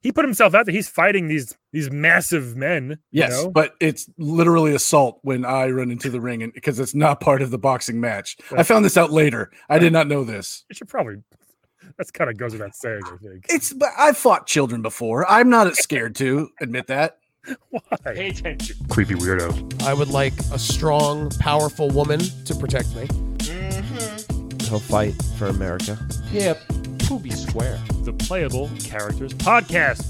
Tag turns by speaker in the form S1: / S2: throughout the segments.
S1: he put himself out there. He's fighting these these massive men.
S2: Yes,
S1: you know?
S2: but it's literally assault when I run into the ring, and because it's not part of the boxing match. I found this out later. I did not know this.
S1: it should probably. That's kind of goes without saying. I think.
S2: It's but I've fought children before. I'm not scared to admit that.
S1: Why?
S3: Pay attention.
S1: Creepy weirdo.
S4: I would like a strong, powerful woman to protect me.
S5: He'll fight for America.
S3: Yeah, Poopy Square.
S1: The Playable Characters Podcast.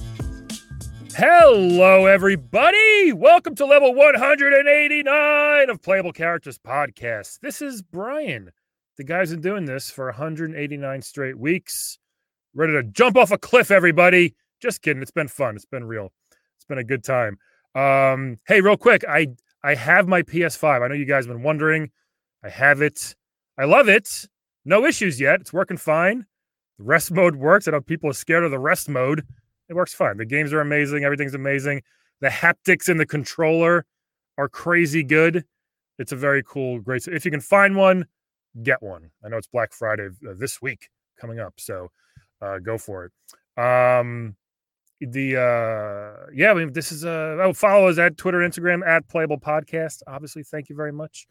S1: Hello, everybody. Welcome to level 189 of Playable Characters Podcast. This is Brian. The guy's been doing this for 189 straight weeks. Ready to jump off a cliff, everybody. Just kidding. It's been fun. It's been real. It's been a good time. Um, hey, real quick, I I have my PS5. I know you guys have been wondering. I have it. I love it. No issues yet. It's working fine. The rest mode works. I know people are scared of the rest mode. It works fine. The games are amazing. Everything's amazing. The haptics in the controller are crazy good. It's a very cool, great. If you can find one, get one. I know it's Black Friday uh, this week coming up, so uh, go for it. Um, the uh, yeah, I mean, this is uh, oh, follow us at Twitter, Instagram at Playable Podcast. Obviously, thank you very much.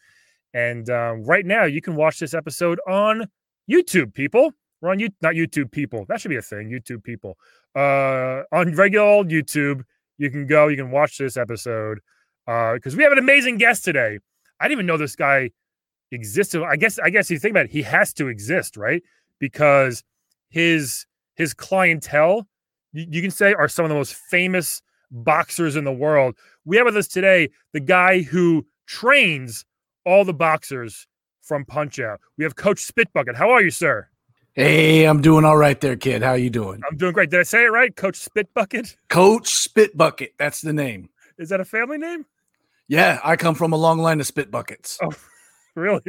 S1: And uh, right now, you can watch this episode on YouTube, people. We're on you, not YouTube people. That should be a thing. YouTube people. Uh, on regular old YouTube, you can go. You can watch this episode because we have an amazing guest today. I didn't even know this guy existed. I guess. I guess you think about it. He has to exist, right? Because his his clientele, you, you can say, are some of the most famous boxers in the world. We have with us today the guy who trains all the boxers from Punch Out. We have Coach Spitbucket. How are you, sir?
S2: Hey, I'm doing all right there, kid. How you doing,
S1: I'm doing great. Did I say it right? Coach Spitbucket?
S2: Coach Spitbucket? That's the name.
S1: Is that a family name?
S2: Yeah, I come from a long line of spit buckets.
S1: Oh, really?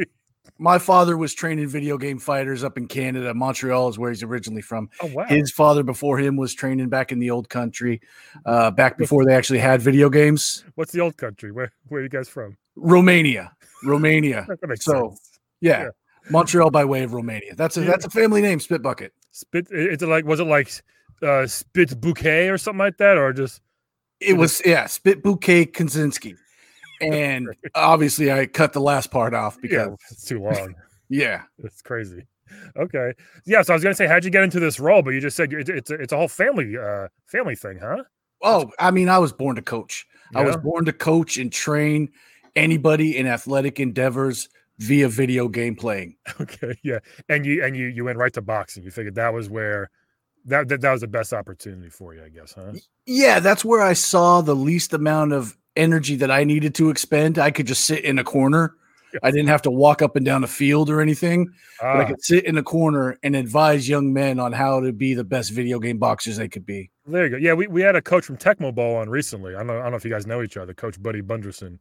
S2: My father was training video game fighters up in Canada. Montreal is where he's originally from.
S1: Oh, wow.
S2: His father before him was training back in the old country, uh, back before they actually had video games.
S1: What's the old country? Where Where are you guys from?
S2: Romania, Romania.
S1: That makes
S2: So-
S1: sense.
S2: Yeah.
S1: Yeah.
S2: Montreal by way of Romania. That's a
S1: Yeah.
S2: that's a family name, Spitbucket.
S1: Spit. It's like was it like uh, Spit Bouquet or something like that, or just
S2: It was yeah, Spit Bouquet Kaczynski. And obviously I cut the last part off
S1: yeah,
S2: because
S1: it's too long.
S2: yeah.
S1: it's crazy. Okay. Yeah. So I was gonna say, how'd you get into this role? But you just said it's it's a, it's a whole family uh family thing, huh?
S2: Oh, I mean, I was born to coach. I was
S1: Yeah.
S2: born to coach and train anybody in athletic endeavors via video game playing.
S1: Okay. Yeah. And you and you you went right to boxing. You figured that was where that that, that was the best opportunity for you, I guess, huh?
S2: Yeah, that's where I saw the least amount of energy that I needed to expend. I could just sit in a corner.
S1: Yeah.
S2: I didn't have to walk up and down a field or anything. but I
S1: Ah.
S2: could sit in a corner and advise young men on how to be the best video game boxers they could be.
S1: There you go. Yeah, we, we had a coach from Tecmo Bowl on recently. I don't, know, I don't know if you guys know each other, Coach Buddy Bunderson,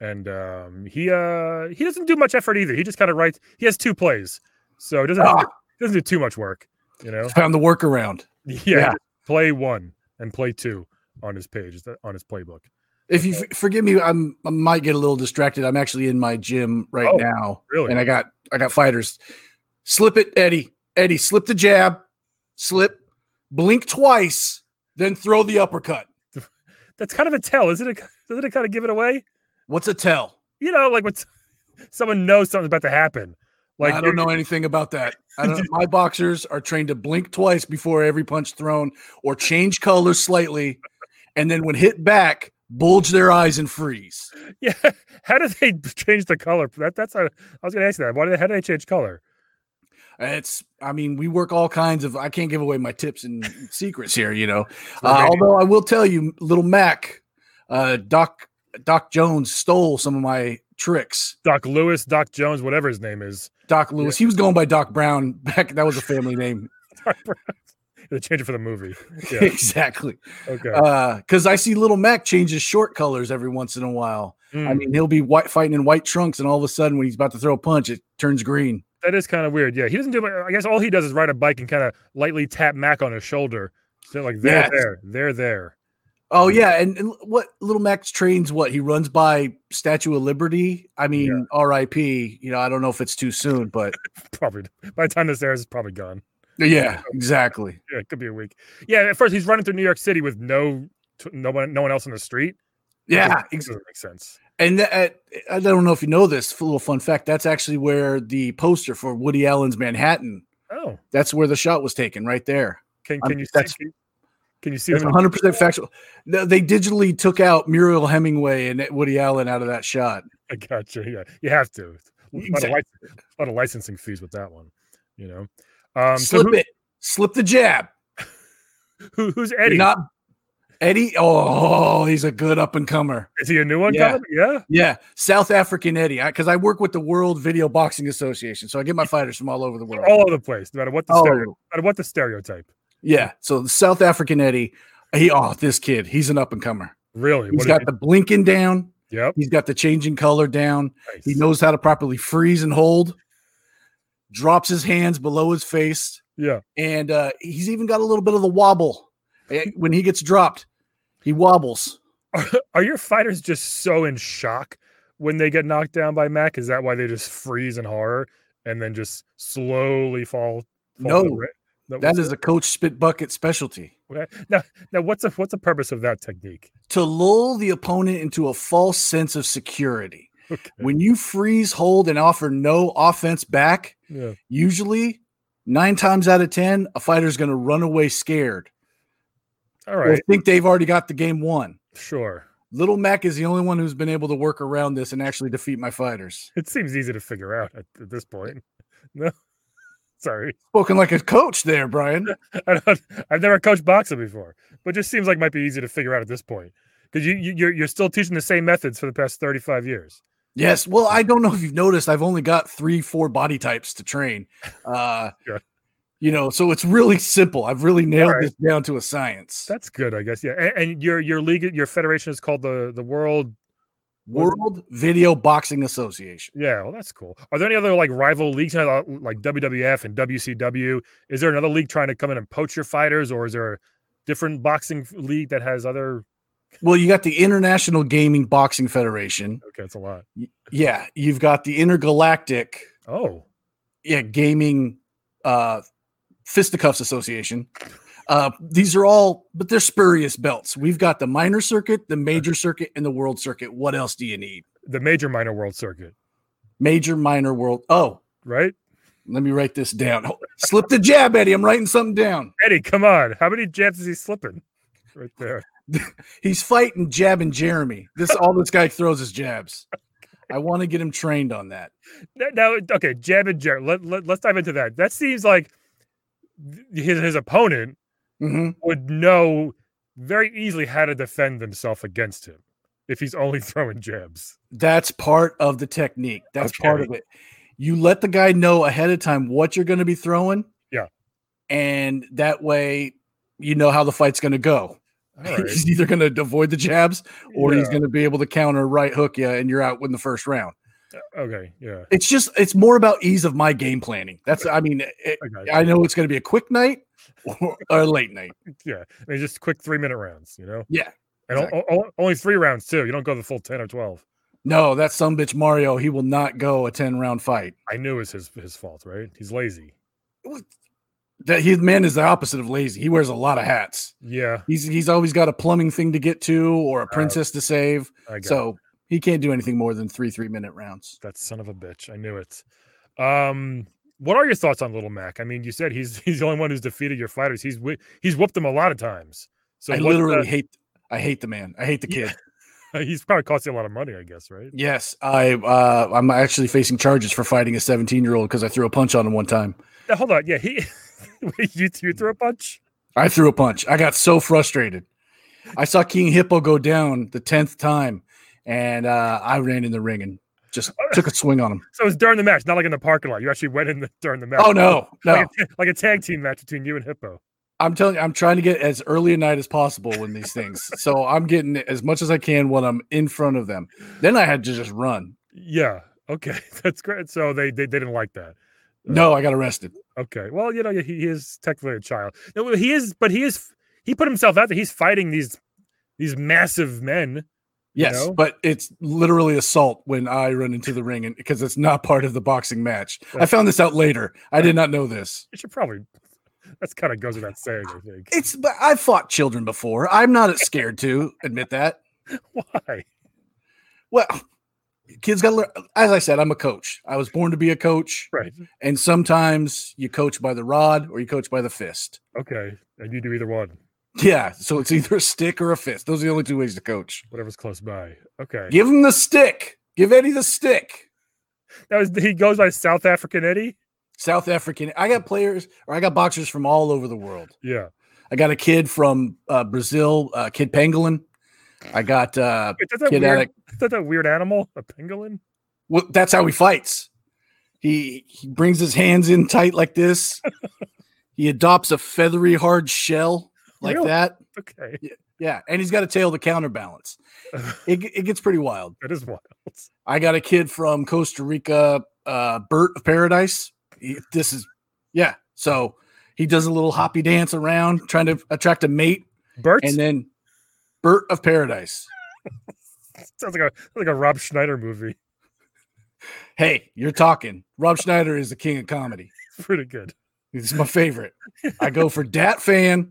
S1: and um, he uh, he doesn't do much effort either. He just kind of writes. He has two plays, so it doesn't
S2: Ah.
S1: have to- it doesn't do too much work. You know,
S2: Found the workaround.
S1: yeah,
S2: Yeah.
S1: just play one and play two on his page it's on his playbook.
S2: If you f- forgive me, I'm I might get a little distracted. I'm actually in my gym right
S1: Oh,
S2: now,
S1: Really,
S2: and I got I got fighters. Slip it, Eddie. Eddie, slip the jab, slip, blink twice, then throw the uppercut.
S1: that's kind of a tell, isn't it? Doesn't it kind of give it away?
S2: What's a tell?
S1: You know, like when s- someone knows something's about to happen. Like
S2: I
S1: you-
S2: don't know anything about that. I don't, my boxers are trained to blink twice before every punch thrown or change color slightly, and then when hit back, bulge their eyes and freeze.
S1: Yeah, how do they change the color? That that's a, I was going to ask you that. Why do they? How do they change color?
S2: It's, I mean, we work all kinds of. I can't give away my tips and secrets here, you know. Uh,
S1: Okay.
S2: although I will tell you, little Mac, uh, Doc Doc Jones stole some of my tricks.
S1: Doc Lewis, Doc Jones, whatever his name is.
S2: Doc Lewis, he was going by Doc Brown back. That was a family name,
S1: They change it for the movie. Yeah.
S2: exactly.
S1: Okay.
S2: Uh, Because I see little Mac change his short colors every once in a while. I
S1: Mm,
S2: mean, he'll be white, fighting in white trunks, and all of a sudden, when he's about to throw a punch, it turns green.
S1: that is kind of weird. Yeah. He doesn't do much. I guess all he does is ride a bike and kind of lightly tap Mac on his shoulder. So like they're
S2: Yes.
S1: there, they're there.
S2: Oh yeah, and, and what little Max trains? What he runs by Statue of Liberty. I mean, R.I.P. You know, I don't know if it's too soon, but
S1: Probably by the time this airs, it's probably gone.
S2: Yeah, exactly.
S1: Yeah, it could be a week. Yeah, at first he's running through New York City with no t- no one no one else on the street.
S2: Yeah,
S1: It
S2: ex-
S1: doesn't make sense.
S2: and that, I don't know if you know this little fun fact. That's actually where the poster for Woody Allen's Manhattan.
S1: Oh,
S2: That's where the shot was taken, right there.
S1: can
S2: I'm-
S1: can you
S2: that's-
S1: see? Can you see
S2: It's
S1: him? in-
S2: 100 percent factual. No, They digitally took out Muriel Hemingway and Woody Allen out of that shot.
S1: I got you. Yeah, you have to. A lot, of
S2: Exactly.
S1: lic- a lot of licensing fees with that one, you know. Um, so
S2: Slip
S1: who,
S2: it, slip the jab.
S1: who, who's
S2: You're
S1: Eddie?
S2: Not Eddie. Oh, he's a good up and comer.
S1: Is he a new one
S2: Yeah.
S1: coming? Yeah.
S2: Yeah, South African Eddie. Because I, work with the World Video Boxing Association, so I get my fighters from all over the world.
S1: All over the place, no matter what the
S2: All
S1: stereo,
S2: over.
S1: no matter what the stereotype.
S2: Yeah. So the South African Eddie. He oh, this kid. He's an up and comer.
S1: Really?
S2: He's
S1: what
S2: got
S1: is
S2: the blinking down.
S1: he, yep.
S2: He's got the changing color down.
S1: nice.
S2: He knows how to properly freeze and hold. Drops his hands below his face.
S1: Yeah.
S2: and uh, he's even got a little bit of the wobble Eh, when he gets dropped. He wobbles.
S1: Are, are your fighters just so in shock when they get knocked down by Mac? Is that why they just freeze in horror and then just slowly fall? fall to the
S2: No,
S1: ri- the-
S2: that is a coach spit bucket specialty
S1: okay. now. Now, what's the what's the purpose of that technique?
S2: to lull the opponent into a false sense of security.
S1: Okay.
S2: When you freeze, hold, and offer no offense back,
S1: Yeah.
S2: usually nine times out of ten, a fighter's going to run away scared
S1: All
S2: or
S1: right.
S2: think they've already got the game won.
S1: Sure.
S2: Little Mac is the only one who's been able to work around this and actually defeat my fighters.
S1: It seems easy to figure out at, at this point. No. Sorry.
S2: Spoken like a coach there, Brian.
S1: I don't, I've never coached boxing before, but just seems like might be easy to figure out at this point because you, you you're you're still teaching the same methods for the past thirty five years.
S2: Yes. Well, I don't know if you've noticed, I've only got three, four body types to train. Uh,
S1: Sure.
S2: You know, so it's really simple. I've really nailed
S1: right.
S2: this down to a science.
S1: That's good, I guess. Yeah, and, and your your league, your federation is called the the World.
S2: World Video Boxing Association.
S1: Yeah, well, that's cool. Are there any other like rival leagues I thought, like WWF and WCW? Is there another league trying to come in and poach your fighters, or is there a different boxing f- league that has other?
S2: Well, you got the International Gaming Boxing Federation.
S1: Okay, it's a lot.
S2: Yeah. You've got the Intergalactic
S1: Oh,
S2: yeah, Gaming uh, Fisticuffs Association. Uh, these are all, but they're spurious belts. We've got the minor circuit, the major circuit, and the world circuit. What else do you need?
S1: the major minor world circuit,
S2: Major, minor, world. Oh,
S1: right?
S2: Let me write this down. Hold- Slip the jab, Eddie. I'm writing something down.
S1: Eddie, come on! How many jabs is he slipping? Right there.
S2: He's fighting jabbing Jeremy. This all this guy throws is jabs. I want to get him trained on that.
S1: Now, now, okay, jab and jab. Let, let, let's dive into that. That seems like th- his his opponent
S2: Mhm.
S1: would know very easily how to defend themselves against him if he's only throwing jabs.
S2: That's part of the technique. That's part
S1: Okay.
S2: of it. You let the guy know ahead of time what you're going to be throwing.
S1: Yeah.
S2: And that way, you know how the fight's going to go.
S1: All right.
S2: he's either going to avoid the jabs or he's
S1: Yeah,
S2: going to be able to counter right hook you and you're out in the first round.
S1: okay. Yeah.
S2: It's just, it's more about ease of my game planning. That's, I mean, it,
S1: Okay.
S2: I know it's going to be a quick night or a late night.
S1: Yeah. I mean, just quick three minute rounds, you know?
S2: Yeah,
S1: And o- o- o- only three rounds, too. You don't go the full 10 or 12.
S2: No, that some bitch Mario, he will not go a 10 round fight.
S1: I knew it was his, his fault, right? He's lazy.
S2: That his man is the opposite of lazy. He wears a lot of hats.
S1: Yeah.
S2: He's he's always got a plumbing thing to get to or a princess to save.
S1: I got it.
S2: So he can't do anything more than three three minute rounds.
S1: that son of a bitch. I knew it. Um, what are your thoughts on Little Mac? I mean, you said he's he's the only one who's defeated your fighters. He's whi- he's whooped them a lot of times. So
S2: I
S1: what's
S2: literally hate I hate the man. I hate the
S1: Yeah.
S2: kid.
S1: the- he's probably cost you a lot of money, I guess, right?
S2: Yes, I uh, I'm actually facing charges for fighting a 17 year old because I threw a punch on him one time.
S1: Now, hold on. Yeah, he Wait, you you threw a punch.
S2: I threw a punch. I got so frustrated. I saw King Hippo go down the tenth time, and uh, I ran in the ring and just took a swing on him.
S1: So it was during the match, not like in the parking lot. You actually went in the, during the match.
S2: Oh no, no!
S1: Like, a, like a tag team match between you and Hippo.
S2: I'm telling you, I'm trying to get as early a night as possible when these things. So I'm getting as much as I can when I'm in front of them. Then I had to just run.
S1: Yeah. Okay. That's great. So they they, they didn't like that.
S2: No, I got arrested.
S1: Okay. Well, you know, he he is technically a child. No, well, he is, but he is. He put himself out there. He's fighting these these massive men.
S2: Yes,
S1: know?
S2: but it's literally assault when I run into the ring, and because it's not part of the boxing match. I
S1: Right.
S2: found this out later. I did not know this.
S1: You should probably That's kind of goes without saying, I think.
S2: It's but I've fought children before. I'm not scared to admit that.
S1: Why?
S2: Well, kids got to learn. As I said, I'm a coach. I was born to be a coach,
S1: Right.
S2: and sometimes you coach by the rod or you coach by the fist.
S1: Okay. And you do either one,
S2: Yeah, so it's either a stick or a fist. Those are the only two ways to coach.
S1: whatever's close by. Okay.
S2: Give him the stick. Give Eddie the stick.
S1: That was he goes by South African Eddie.
S2: South African. I got players or I got boxers from all over the world.
S1: Yeah.
S2: I got a kid from uh, Brazil, uh, Kid Pangolin. I got uh,
S1: Wait, that's that
S2: Kid
S1: weird.
S2: Attic.
S1: Is that that weird animal, a pangolin?
S2: Well, that's how he fights. He he brings his hands in tight like this. he adopts a feathery hard shell like
S1: Really?
S2: that.
S1: Okay,
S2: Yeah, and he's got a tail to counterbalance. It, g- it gets pretty wild.
S1: that is wild.
S2: I got a kid from Costa Rica, uh, Bert of Paradise. He- this is yeah. So he does a little hoppy dance around trying to attract a mate,
S1: Bert
S2: and then Bert of Paradise.
S1: sounds like a sounds like a Rob Schneider movie.
S2: Hey, you're talking. Rob Schneider is the king of comedy.
S1: It's pretty good.
S2: It's my favorite. I go for Dat Fan,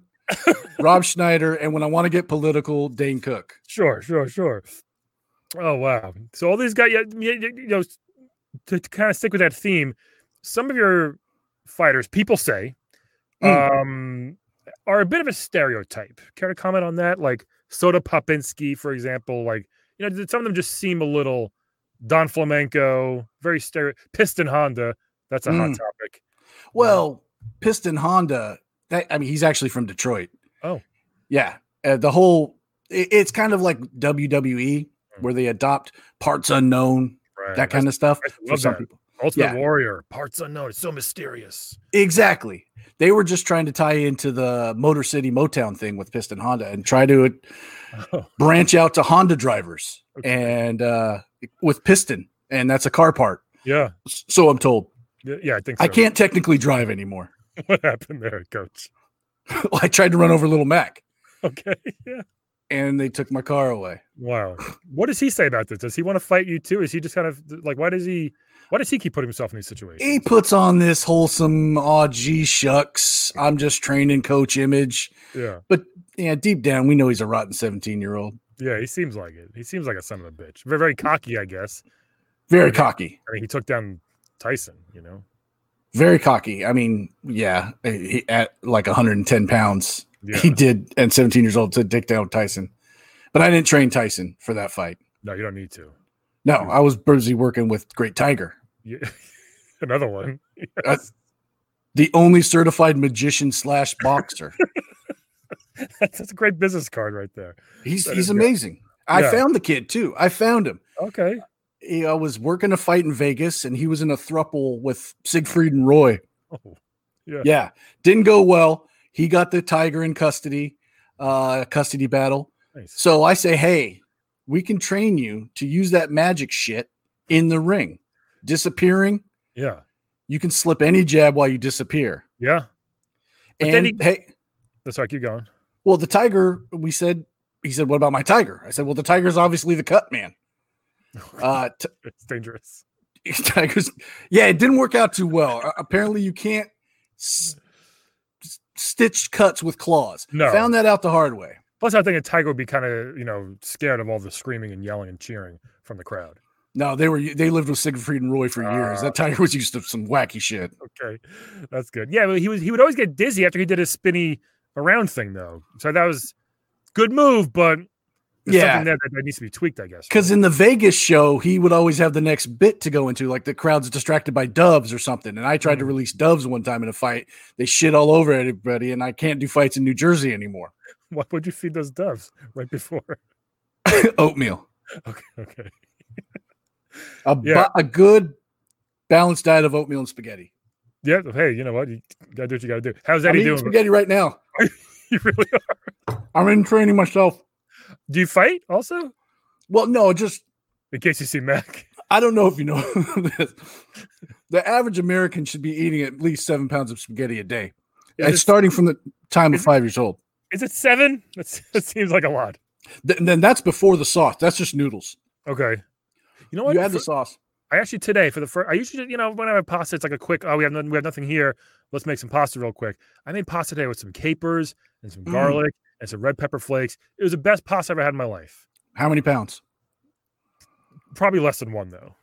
S2: Rob Schneider, and when I want to get political, Dane Cook.
S1: Sure, sure, sure. Oh wow! So all these guys, you, you, you know, to, kind of stick with that theme, some of your fighters, people say,
S2: Mm.
S1: um, are a bit of a stereotype. Care to comment on that? Like Soda Popinski, for example. Like you know, some of them just seem a little Don Flamenco, very stereo. Piston Honda. That's a hot
S2: Mm.
S1: topic.
S2: Well, Piston Honda. That I mean, he's actually from Detroit.
S1: Oh.
S2: yeah. Uh, the whole it- it's kind of like WWE where they adopt parts unknown,
S1: Hmm. Right.
S2: that kind of stuff
S1: I
S2: for
S1: love
S2: some
S1: that.
S2: people.
S1: Ultimate
S2: yeah.
S1: Warrior, parts unknown. It's so mysterious.
S2: Exactly. They were just trying to tie into the Motor City Motown thing with Piston Honda and try to
S1: Oh,
S2: branch out to Honda drivers
S1: Okay.
S2: and uh, with piston, and that's a car part.
S1: yeah,
S2: S- So I'm told.
S1: Y- yeah. I think so.
S2: I can't technically drive anymore.
S1: What happened there, Coach?
S2: I tried to run over little Mac,
S1: Okay. Yeah.
S2: and they took my car away.
S1: Wow. What does he say about this? Does he want to fight you too? Is he just kind of like why does he why does he keep putting himself in these situations?
S2: He puts on this wholesome, aw, gee shucks, I'm just training coach image.
S1: Yeah.
S2: Yeah, deep down, we know he's a rotten 17 year old.
S1: Yeah. He seems like it. He seems like a son of a bitch. Very, very cocky, I guess.
S2: Very cocky.
S1: I mean, he took down Tyson. You know.
S2: Very cocky. I mean, yeah, he, at like 110 pounds,
S1: Yeah.
S2: he did, and 17 years old to dick down Tyson. But I didn't train Tyson for that fight.
S1: No, you don't need to.
S2: No, I was busy working with Great Tiger,
S1: You, another one.
S2: That's- the only certified magician slash boxer.
S1: That's, that's a great business card right there.
S2: He's
S1: That
S2: he's
S1: is good.
S2: amazing. I
S1: Yeah.
S2: found the kid too. I found him.
S1: Okay.
S2: He, I was working a fight in Vegas, and he was in a thruple with Siegfried and Roy.
S1: Oh, yeah.
S2: Yeah, didn't go well. He got the tiger in custody, uh, custody battle.
S1: Nice.
S2: So I say, hey, we can train you to use that magic shit in the ring. Disappearing,
S1: Yeah.
S2: you can slip any jab while you disappear.
S1: Yeah. But then
S2: and hey,
S1: That's right. Keep going.
S2: Well, the tiger, we said, he said, what about my tiger? I said, well, the tiger's obviously the cut man. Uh, t-
S1: it's dangerous.
S2: tigers, yeah, it didn't work out too well. A- apparently, you can't s- s- stitch cuts with claws.
S1: No.
S2: Found that out the hard way.
S1: Plus, I think a tiger would be kind of, you know, scared of all the screaming and yelling and cheering from the crowd.
S2: No, they were they lived with Siegfried and Roy for years.
S1: Ah.
S2: That tiger was used to some wacky shit.
S1: Okay, that's good. Yeah, but he was he would always get dizzy after he did his spinny around thing though. So that was good move, but there's
S2: Yeah.
S1: something there that, that needs to be tweaked, I guess.
S2: Because
S1: right?
S2: in the Vegas show, he would always have the next bit to go into, like the crowd's distracted by doves or something. And I tried to
S1: Mm.
S2: release doves one time in a fight. They shit all over everybody, and I can't do fights in New Jersey anymore.
S1: what would you feed those doves right before?
S2: Oatmeal.
S1: Okay, okay,
S2: a, bu-
S1: Yeah.
S2: a good balanced diet of oatmeal and spaghetti.
S1: yeah. Hey, you know what? You gotta do what you gotta do. How's
S2: I'm
S1: Eddie
S2: eating
S1: doing?
S2: spaghetti right now.
S1: You really are.
S2: I'm in training myself.
S1: Do you fight also?
S2: Well, no, just
S1: In case you see Mac,
S2: I don't know if you know this. The average American should be eating at least seven pounds of spaghetti a day.
S1: Is
S2: It's
S1: it-
S2: starting from the time of
S1: is it-
S2: five years old.
S1: is it seven? That's, that seems like a lot.
S2: Th- and then that's before the sauce. That's just noodles.
S1: Okay, you know what?
S2: You add
S1: For-
S2: the sauce.
S1: I actually today for the first. I usually, you know, when I have pasta, it's like a quick. Oh, we have nothing. We have nothing here. Let's make some pasta real quick. I made pasta today with some capers and some
S2: Mm.
S1: garlic and some red pepper flakes. It was the best pasta I ever had in my life.
S2: How many pounds?
S1: Probably less than one though.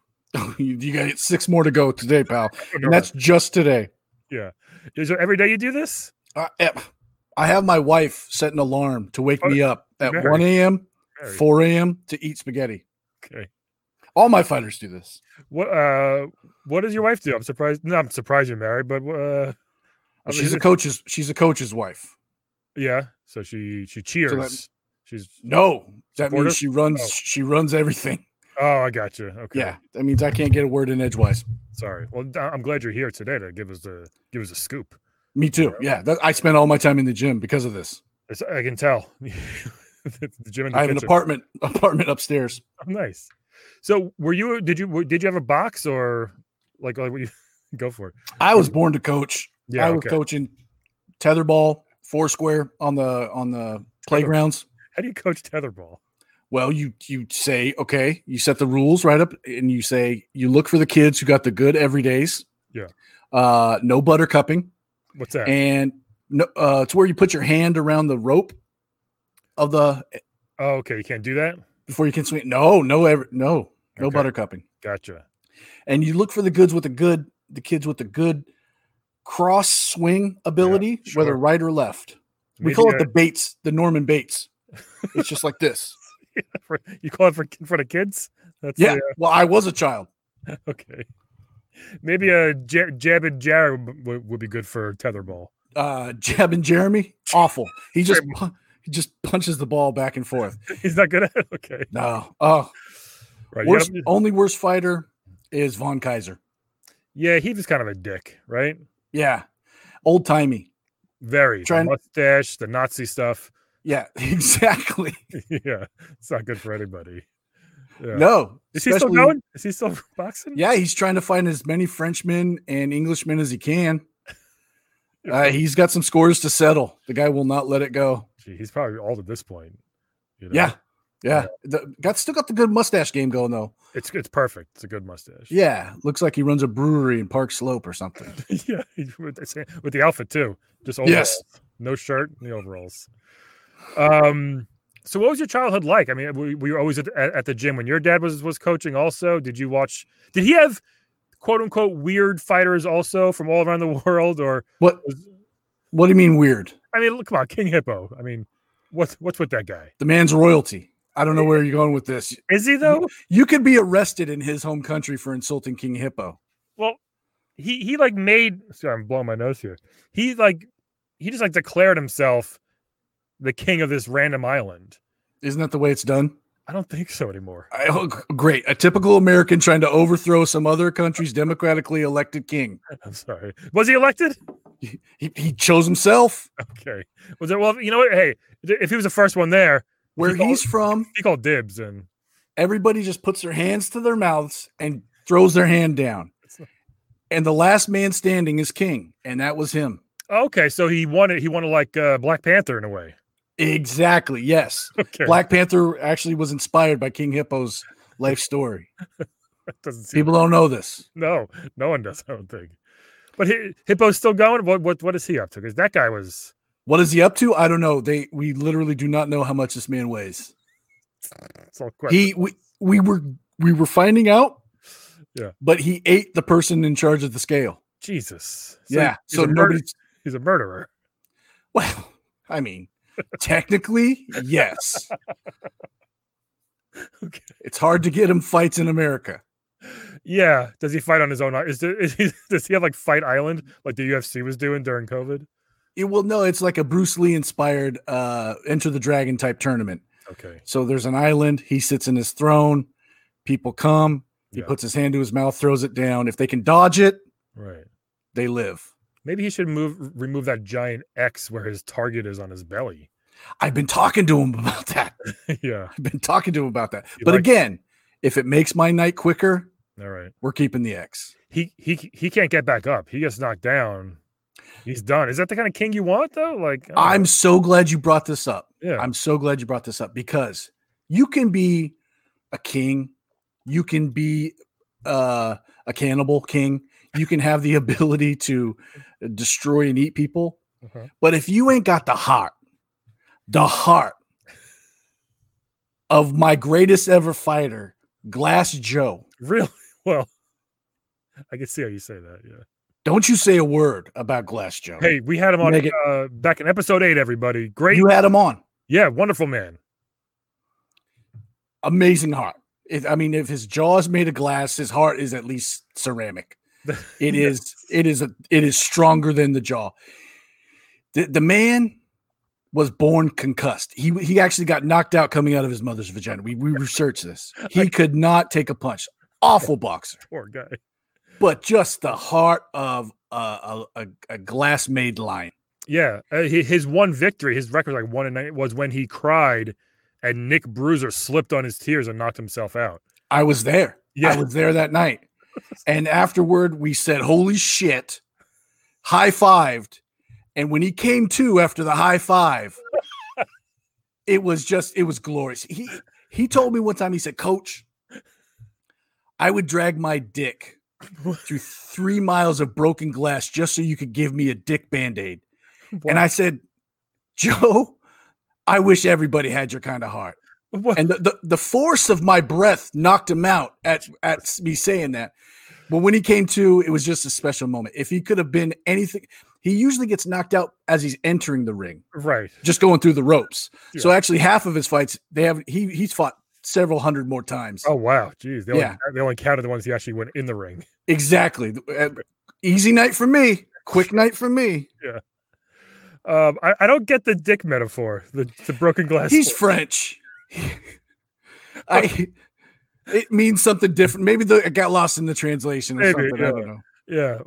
S2: you, you got six more to go today, pal.
S1: I don't
S2: And that's just today.
S1: remember. is there every day you do this?
S2: I, eh, I have my wife set an alarm to wake
S1: Oh,
S2: me up at
S1: Mary.
S2: 1 a.m.,
S1: Very-
S2: 4 a.m. to eat spaghetti.
S1: Okay.
S2: All my fighters do this.
S1: What uh, what does your wife do? I'm surprised. No, I'm surprised you're married, but uh, I
S2: She's a
S1: mean,
S2: coach's. She's a coach's wife.
S1: yeah. So she she cheers. She's
S2: No, that
S1: Supportive?
S2: means she runs.
S1: Oh.
S2: She runs everything.
S1: oh, I got you. Okay.
S2: Yeah, that means I can't get a word in edgewise.
S1: Sorry. Well, I- I'm glad you're here today to give us the give us a scoop.
S2: Me too. Yeah, that, I spend all my time in the gym because of this.
S1: It's, I can tell. the gym and the
S2: I have an
S1: kitchen.
S2: apartment apartment upstairs.
S1: Oh, nice. So, were you? Did you? Did you have a box or like? like what you, go for it.
S2: I was born to coach.
S1: Yeah.
S2: I was
S1: okay.
S2: coaching tetherball, foursquare on the on the playgrounds.
S1: How do you coach tetherball?
S2: Well, you you say okay, you set the rules right up, and you say you look for the kids who got the good everydays.
S1: Yeah.
S2: Uh, no butter cupping,
S1: What's that?
S2: and no, uh, it's where you put your hand around the rope of the
S1: oh, okay. You can't do that.
S2: before you can swing. No, no, ever, no, no
S1: Okay,
S2: butter cupping.
S1: Gotcha.
S2: and you look for the goods with the good the kids with the good cross swing ability whether
S1: sure.
S2: right or left we
S1: Maybe
S2: call it
S1: you
S2: the bates the norman bates it's just like this
S1: gotta- for- you call it for in front of kids. That's
S2: yeah
S1: the,
S2: well i was a child
S1: uh, okay. Maybe a ja- jab and jar would, would be good for tetherball.
S2: uh jeb and jeremy awful he just pu- he just punches the ball back and forth
S1: He's not good at it. Okay.
S2: no oh
S1: Right. you
S2: worst,
S1: gotta-
S2: only worst fighter is von kaiser
S1: yeah, he was kind of a dick, right?
S2: yeah old timey
S1: Very.
S2: Trying-
S1: the mustache, the Nazi stuff.
S2: yeah exactly
S1: yeah, it's not good for anybody. Yeah.
S2: no
S1: Is he still
S2: especially-
S1: going? Is he still boxing?
S2: Yeah, he's trying to find as many Frenchmen and Englishmen as he can. Uh, he's got some scores to settle. The guy will not let it go.
S1: Gee, he's probably old at this point. you know?
S2: Yeah. Yeah. The, got still got the good mustache game going though.
S1: it's it's perfect. It's a good mustache.
S2: Yeah. Looks like he runs a brewery in Park Slope or something.
S1: yeah. he- With the, sa- with the outfit too, just overalls.
S2: Yes.
S1: no shirt, and the overalls. Um. So, what was your childhood like? I mean, were, were you always at, at, at the gym when your dad was was coaching? Also, did you watch? Did he have quote unquote weird fighters also from all around the world, or
S2: What what do you mean weird?
S1: I mean, look, come on, King Hippo. I mean, what's what's with that guy?
S2: The man's royalty. I don't know where you're going with this.
S1: Is he though?
S2: You could be arrested in his home country for insulting King Hippo.
S1: Well, he he like made. Sorry, I'm blowing my nose here. He like he just like declared himself the king of this random island.
S2: Isn't that the way it's done?
S1: I don't think so anymore.
S2: I, oh, g- great. A typical American trying to overthrow some other country's democratically elected king.
S1: I'm sorry. Was he elected?
S2: He, he chose himself.
S1: Okay. Was it? Well, you know what? Hey, th- if he was the first one there,
S2: where
S1: He called-
S2: he's from,
S1: he called dibs, and
S2: everybody just puts their hands to their mouths and throws their hand down.
S1: It's not-
S2: And the last man standing is king, and that was him.
S1: okay, so he wanted he wanted like uh, Black Panther in a way.
S2: Exactly. Yes.
S1: Okay,
S2: Black Panther actually was inspired by King Hippo's life story.
S1: that doesn't seem
S2: People don't know this.
S1: no, no one does. I don't think. But hi Hippo's still going. What what what is he up to? Because that guy was
S2: What is he up to? I don't know. They we literally do not know how much this man weighs.
S1: it's all question.
S2: He we, we were we were finding out.
S1: Yeah.
S2: But he ate the person in charge of the scale.
S1: Jesus.
S2: yeah.
S1: he's
S2: So
S1: a murder-
S2: nobody
S1: he's a murderer.
S2: well, I mean, technically, yes.
S1: Okay.
S2: It's hard to get him fights in America.
S1: Yeah. Does he fight on his own? i- Is, there, is he, does he have like Fight Island, like the UFC was doing during COVID?
S2: It will no, it's like a Bruce Lee inspired uh enter the dragon type tournament.
S1: Okay.
S2: So there's an island, he sits in his throne, people come, he
S1: Yeah.
S2: puts his hand to his mouth, throws it down. If they can dodge it,
S1: Right.
S2: they live.
S1: Maybe he should move r- remove that giant X where his target is on his belly.
S2: I've been talking to him about that.
S1: yeah.
S2: I've been talking to him about that.
S1: You
S2: but
S1: like-
S2: again, if it makes my night quicker,
S1: All right.
S2: we're keeping the X.
S1: He he c- he can't get back up. He gets knocked down. He's done. Is that the kind of king you want though? Like I don't
S2: I'm
S1: know.
S2: so glad you brought this up.
S1: Oh. yeah.
S2: I'm so glad you brought this up because you can be a king, you can be uh, a cannibal king. You can have the ability to destroy and eat people.
S1: Mhm.
S2: But if you ain't got the heart, the heart of my greatest ever fighter, Glass Joe,
S1: Really? Well, I can see how you say that. Yeah.
S2: don't you say a word about Glass Joe.
S1: Hey, we had him on
S2: Make it-
S1: uh, back in episode eight. Everybody, great.
S2: you had him on.
S1: yeah, wonderful man.
S2: amazing heart. If, I mean, if his jaw is made of glass, his heart is at least ceramic. It is. It is. A, it is stronger than the jaw. The, the man was born concussed. He he actually got knocked out coming out of his mother's vagina. We we researched this. He could not take a punch. Awful boxer,
S1: Poor guy.
S2: but just the heart of a a, a, a glass made lion.
S1: Yeah, uh, hi- his one victory, his record like one and nine, was when he cried, and Nick Bruiser slipped on his tears and knocked himself out.
S2: I was there.
S1: Yeah.
S2: I was there that night. And afterward, we said, Holy shit, high fived. And when he came to after the high five, it was just, it was glorious. He he told me one time, he said, Coach, I would drag my dick through three miles of broken glass just so you could give me a dick band-aid. And I said, Joe, I wish everybody had your kind of heart
S1: What?
S2: and the, the, the force of my breath knocked him out at, at me saying that but when he came to it was just a special moment if he could have been anything he usually gets knocked out as he's entering the ring
S1: right.
S2: just going through the ropes so actually half of his fights they have he he's fought several hundred more times
S1: Oh wow, jeez. They,
S2: Yeah.
S1: only, they only counted the ones he actually went in the ring.
S2: exactly Uh, easy night for me quick night for me
S1: Um, I, I don't get the dick metaphor, the, the broken glass.
S2: he's french i
S1: Oh.
S2: it means something different maybe the, it got lost in the translation or
S1: Maybe,
S2: something
S1: yeah.
S2: i don't know
S1: yeah,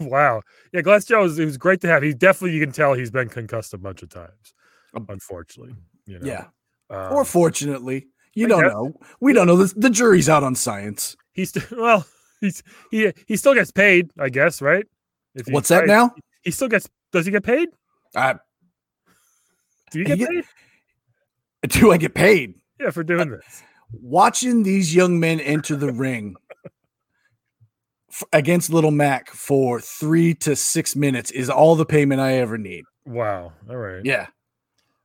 S1: wow. Yeah, Glass Joe was, it was great to have. He definitely you can tell he's been concussed a bunch of times,
S2: Um,
S1: unfortunately. You know?
S2: yeah
S1: Um,
S2: or fortunately, you
S1: I
S2: don't
S1: guess.
S2: know. We don't know. The, the jury's out on science.
S1: he's st- well, he's he he still gets paid, I guess, right? If he
S2: What's that
S1: fights,
S2: now?
S1: He still gets. Does he get paid?
S2: Uh,
S1: Do you
S2: He
S1: get
S2: get-
S1: paid?
S2: do I get paid?
S1: Yeah, for doing this.
S2: Watching these young men enter the ring f- against Little Mac for three to six minutes is all the payment I ever need.
S1: Wow. All right.
S2: Yeah.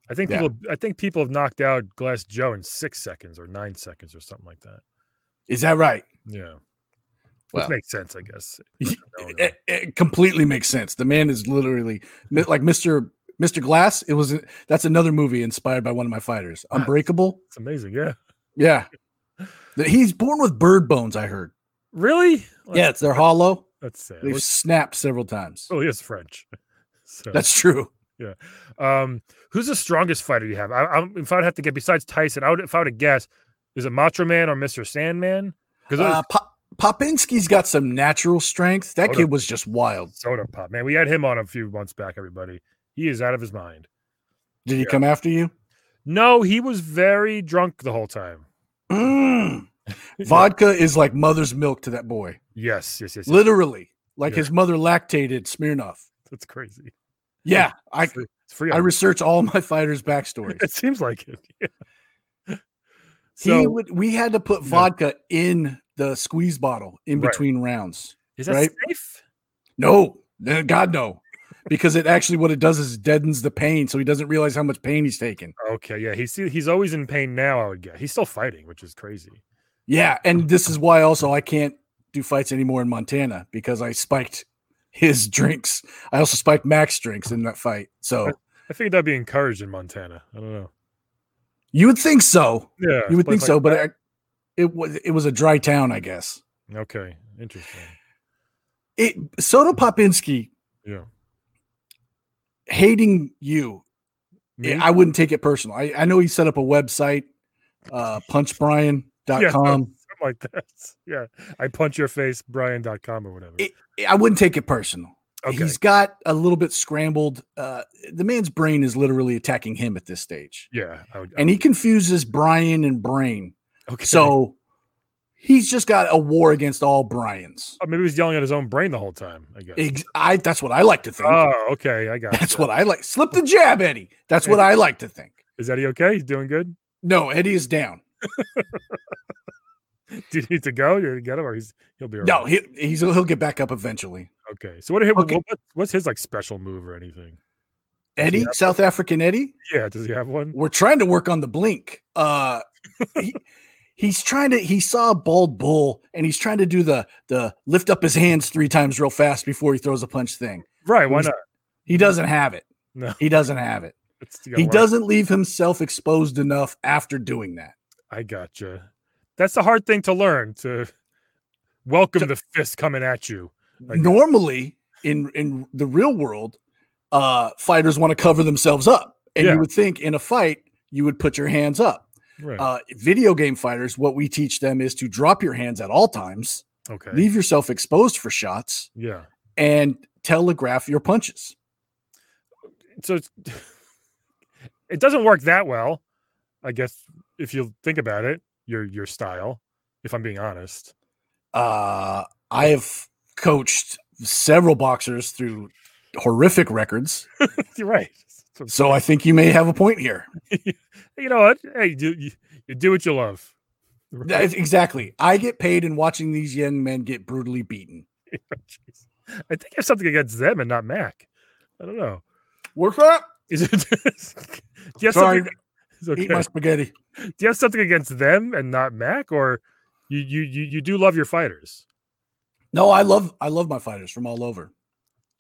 S1: I think
S2: Yeah.
S1: people. I think people have knocked out Glass Joe in six seconds or nine seconds or something like that.
S2: Is that right?
S1: Yeah.
S5: Well.
S1: Which makes sense, I guess.
S2: It,
S1: I don't know.
S2: it- it completely makes sense. The man is literally mi- like Mr. Mr. Glass. It was that's another movie inspired by one of my fighters, Unbreakable.
S1: It's amazing. Yeah.
S2: Yeah. That He's born with bird bones, I heard.
S1: Really? Well,
S2: Yeah, it's they're hollow.
S1: That's sad.
S2: They've
S1: Well,
S2: snapped several times.
S1: Well, he is French. So,
S2: That's true.
S1: um, who's the strongest fighter you have? I, I'm, if I'd have to get besides Tyson, I would. If I would guess, is it Macho Man or Mr. Sandman? Because
S2: Uh, Pop- Popinski's got some natural strength. That
S1: Hold
S2: kid
S1: up.
S2: was just wild.
S1: Soda Pop, man, we had him on a few months back. Everybody, he is out of his mind.
S2: Did he
S1: Yeah.
S2: come after you?
S1: No, he was very drunk the whole time.
S2: Mm. Vodka is like mother's milk to that boy.
S1: Yes, yes, yes. yes.
S2: Literally, like
S1: Yeah.
S2: his mother lactated Smirnoff.
S1: That's crazy.
S2: Yeah, I
S1: It's free.
S2: I
S1: on-
S2: research all my fighters' backstories.
S1: it seems like it. yeah.
S2: he
S1: So
S2: would. We had to put
S1: Yeah.
S2: vodka in the squeeze bottle in
S1: Right.
S2: between rounds.
S1: is that
S2: right?
S1: safe?
S2: No, eh, God no, because it actually what it does is deadens the pain, so he doesn't realize how much pain he's taking.
S1: Okay, yeah. He's he's always in pain now. I would guess he's still fighting, which is crazy.
S2: Yeah, and this is why also I can't do fights anymore in Montana because I spiked his drinks. I also spiked Max drinks in that fight. So
S1: I figured that'd be encouraged in Montana. I don't know.
S2: you would think so.
S1: Yeah,
S2: You would
S1: place
S2: think
S1: like
S2: so, but
S1: that.
S2: I, it was it was a dry town, I guess.
S1: okay, interesting.
S2: It Soto Popinski
S1: Yeah,
S2: hating you.
S1: Me?
S2: I wouldn't take it personal. I, I know he set up a website, uh
S1: Yeah,
S2: punchbrian.com.
S1: something like that. Yeah, I punch your face, Brian.com or whatever.
S2: It- I wouldn't take it personal.
S1: okay,
S2: He's got a little bit scrambled. Uh, the man's brain is literally attacking him at this stage.
S1: yeah, I would, I
S2: and he
S1: would-
S2: confuses Brian and Brain.
S1: okay.
S2: So he's just got a war against all Brians.
S1: Oh, maybe he's yelling at his own brain the whole time. I guess.
S2: Ex- I that's what I like to think.
S1: Oh, okay, I got.
S2: that's what I like. Slip the jab, Eddie. That's what I like to think.
S1: Is Eddie okay? He's doing good.
S2: No, Eddie is down.
S1: Do you need to go? You get him, or he's he'll be all
S2: No,
S1: right.
S2: he, he's he'll get back up eventually.
S1: Okay. So what, him,
S2: Okay.
S1: what what's his like special move or anything?
S2: Eddie,
S1: Yeah.
S2: South African Eddie.
S1: Yeah. Does he have one?
S2: we're trying to work on the blink. Uh, he, he's trying to. He saw a bald bull, and he's trying to do the the lift up his hands three times real fast before he throws a punch thing.
S1: Right. Why
S2: He's-
S1: not?
S2: He doesn't have it.
S1: No.
S2: He doesn't have it.
S1: It's- you gotta
S2: he
S1: learn.
S2: doesn't leave himself exposed enough after doing that.
S1: I gotcha. That's the hard thing to learn to welcome
S2: So-
S1: the fist coming at you. Like-
S2: Normally, in in the real world, uh, fighters want to cover themselves up, and
S1: Yeah.
S2: you would think in a fight you would put your hands up.
S1: Right.
S2: Uh, video game fighters, what we teach them is to drop your hands at all times.
S1: okay.
S2: leave yourself exposed for shots
S1: yeah.
S2: and telegraph your punches.
S1: So it's, it doesn't work that well, I guess. If you think about it, your your style. If I'm being honest,
S2: Uh, I have coached several boxers through horrific records,
S1: you're right. So,
S2: so I think you may have a point here.
S1: you know what? Hey, you, you, you do what you love.
S2: That is- Exactly. I get paid in watching these young men get brutally beaten.
S1: Jeez. I think I have something against them and not Mac. I don't know.
S2: What's up?
S1: Is it? do you have
S2: Sorry,
S1: something- It's okay.
S2: eat my spaghetti.
S1: Do you have something against them and not Mac, or you you you, you do love your fighters?
S2: No, I love I love my fighters from all over.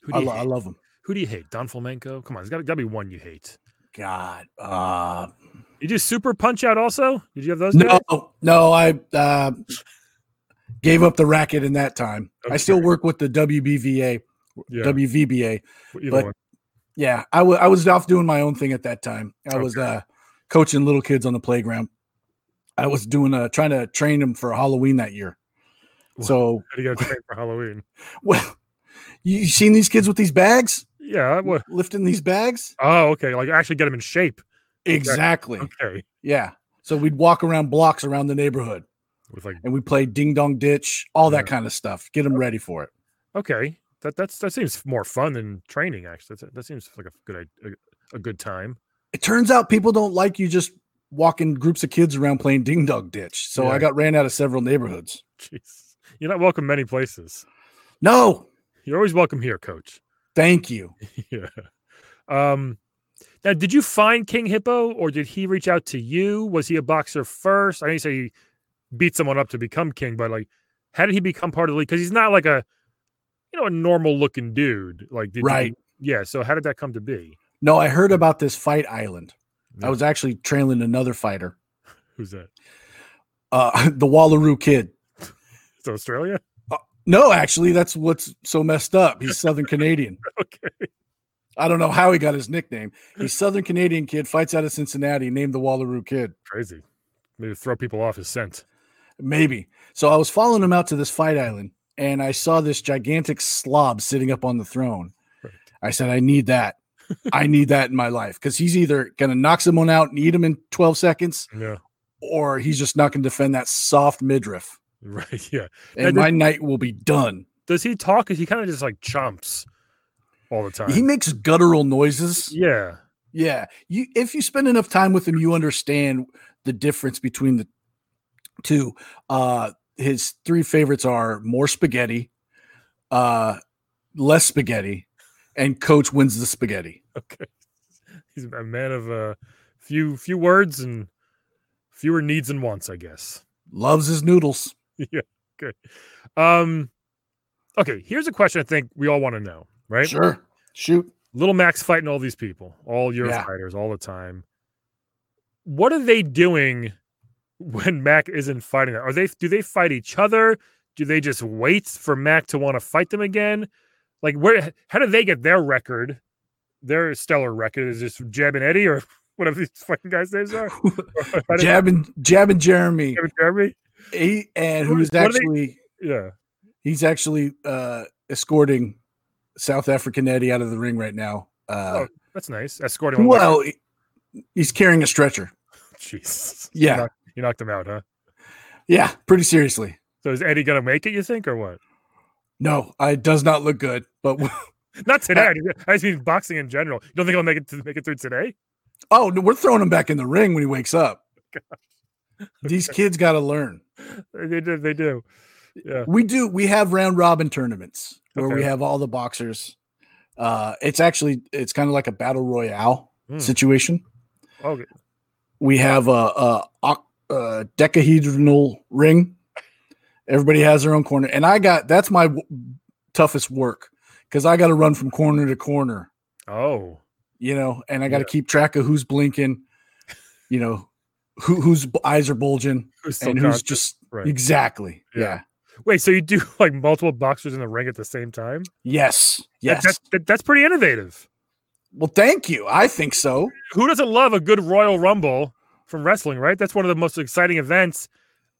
S1: Who do
S2: I,
S1: you
S2: lo- I
S1: hate?
S2: love them.
S1: Who do you hate? Don Flamenco? Come on, there's got to be one you hate.
S2: God. Uh,
S1: You do super punch out also? Did you have those?
S2: no,
S1: guys?
S2: no, I uh, gave up the racket in that time. I
S1: Okay.
S2: still work with the WBVA,
S1: Yeah,
S2: WVBA.
S1: either
S2: but-
S1: one.
S2: Yeah, I wa- I was off doing my own thing at that time. I was uh, coaching little kids on the playground. I was doing uh, trying to train them for Halloween that year.
S1: Wow.
S2: So,
S1: How do you got to train for Halloween?
S2: well, you, you seen these kids with these bags,
S1: Yeah. What?
S2: lifting these bags?
S1: Oh, okay. Like actually get them in shape.
S2: Exactly.
S1: Okay.
S2: Yeah. So we'd walk around blocks around the neighborhood,
S1: With like
S2: and we play ding dong ditch, all that
S1: Yeah.
S2: kind of stuff. Get them ready for it.
S1: okay, that that's that seems more fun than training. Actually, that, that seems like a good i- a, a good time.
S2: It turns out people don't like you just walking groups of kids around playing ding dong ditch. So
S1: Yeah.
S2: I got ran out of several neighborhoods.
S1: Jeez, you're not welcome many places.
S2: No,
S1: You're always welcome here, Coach.
S2: thank you.
S1: yeah. Um, now, did you find King Hippo, or did he reach out to you? Was he a boxer first? I know you say he beat someone up to become king, but like, how did he become part of the league? Because he's not like a, you know, a normal looking dude. Like, did you-
S2: Right.
S1: yeah. So how did that come to be?
S2: No, I heard about this fight island.
S1: Yeah.
S2: I was actually trailing another fighter,
S1: Who's that?
S2: uh, the Wallaroo kid.
S1: It's Australia.
S2: No, actually, that's what's so messed up. He's Southern Canadian.
S1: Okay.
S2: I don't know how he got his nickname. He's Southern Canadian kid, fights out of Cincinnati, named the Wallaroo kid.
S1: Crazy. Maybe throw people off his scent.
S2: Maybe. So I was following him out to this fight island and I saw this gigantic slob sitting up on the throne.
S1: Right.
S2: I said, I need that. I need that in my life because he's either going to knock someone out and eat him in 12 seconds
S1: Yeah.
S2: or he's just not going to defend that soft midriff.
S1: Right. Yeah.
S2: And
S1: Now,
S2: my night will be done.
S1: Does he talk? 'Cause he kind of just like chomps all the time.
S2: He makes guttural noises.
S1: yeah.
S2: Yeah. You if you spend enough time with him, you understand the difference between the two. Uh his three favorites are more spaghetti, uh less spaghetti, and coach wins the spaghetti.
S1: Okay. He's a man of uh, few few words and fewer needs and wants, I guess.
S2: Loves his noodles.
S1: Um okay, here's a question I think we all want to know, right?
S2: Sure. Shoot.
S1: Little Max fighting all these people, all your
S2: Yeah.
S1: fighters all the time. What are they doing when Mac isn't fighting them? Are they do they fight each other? Do they just wait for Mac to want to fight them again? Like where how do they get their record? Their stellar record is just Jeb and Eddie or whatever these fucking guys' names are. How do-
S2: Jab and Jab and Jeremy.
S1: Kevin Jeremy?
S2: He, and
S1: What-
S2: who's
S1: what are they-
S2: actually
S1: Yeah.
S2: he's actually uh escorting South African Eddie out of the ring right now. Uh
S1: That's nice. Escorting him.
S2: well he- he's carrying a stretcher.
S1: jeez.
S2: Yeah.
S1: You knocked, you knocked him out, huh?
S2: Yeah, pretty seriously.
S1: So is Eddie gonna make it? You think, or what?
S2: No, I- it does not look good. But we-
S1: Not
S2: Uh,
S1: today. I just- I just mean boxing in general. You don't think he'll make it to make it through today?
S2: oh, no, we're throwing him back in the ring when he wakes up. These kids got to learn.
S1: they do. They do. Yeah.
S2: We do. We have round robin tournaments where we
S1: Okay.
S2: have all the boxers. Uh, it's actually it's kind of like a battle royale
S1: Hmm.
S2: situation.
S1: Okay.
S2: We have a, a, oc- a decahedral ring. Everybody has their own corner, and I got that's my w- toughest work because I got to run from corner to corner,
S1: Oh.
S2: you know, and I got to
S1: Yeah.
S2: keep track of whose blinking, you know, who whose b- eyes are bulging
S1: Who's still
S2: and who's
S1: conscious?
S2: just
S1: right.
S2: exactly
S1: Yeah.
S2: yeah.
S1: Oh, Wait. So you do like multiple boxers in the ring at the same time?
S2: Yes.
S1: That-
S2: Yes.
S1: That, that- that's pretty innovative.
S2: well, thank you. I think so.
S1: Who doesn't love a good Royal Rumble from wrestling? Right. That's one of the most exciting events.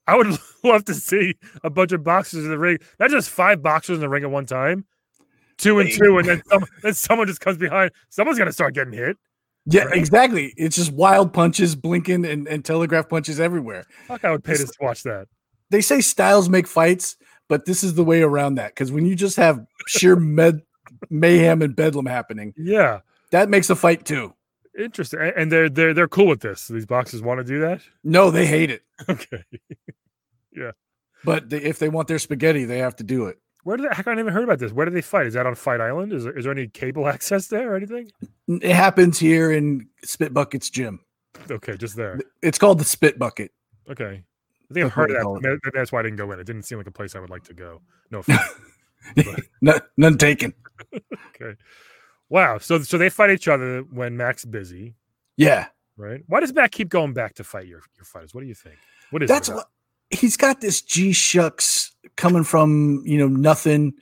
S1: I would love to see a bunch of boxers in the ring. Not just five boxers in the ring at one time. Two and
S2: Hey.
S1: two, and then, some, then someone just comes behind. Someone's gonna start getting hit.
S2: Yeah,
S1: Right.
S2: exactly. It's just wild punches, blinking, and, and telegraph punches everywhere.
S1: Fuck, I would pay to
S2: It's-
S1: watch that.
S2: They say styles make fights, but this is the way around that. Because when you just have sheer med- mayhem and bedlam happening,
S1: Yeah,
S2: that makes a fight too.
S1: interesting. A- And they're they're they're cool with this. These boxers want to do that.
S2: No, they hate it.
S1: Okay.
S2: But they, if they want their spaghetti, they have to do it.
S1: Where did I, how come I never heard about this? Where do they fight? Is that on Fight Island? Is there, is there any cable access there or anything?
S2: It happens here in Spit Bucket's gym.
S1: Okay, just there.
S2: It's called the Spit Bucket.
S1: Okay. I think I've
S2: That's what
S1: heard
S2: they
S1: of that.
S2: call it.
S1: but that- That's why I didn't go in. It didn't seem like a place I would like to go. No. offense.
S2: None, none taken.
S1: okay. Wow. So so they fight each other when Mac's busy,
S2: Yeah.
S1: right? Why does Mac keep going back to fight your your fighters? What do you think? What is
S2: that's
S1: it?
S2: what he's got this G shucks coming from you know nothing.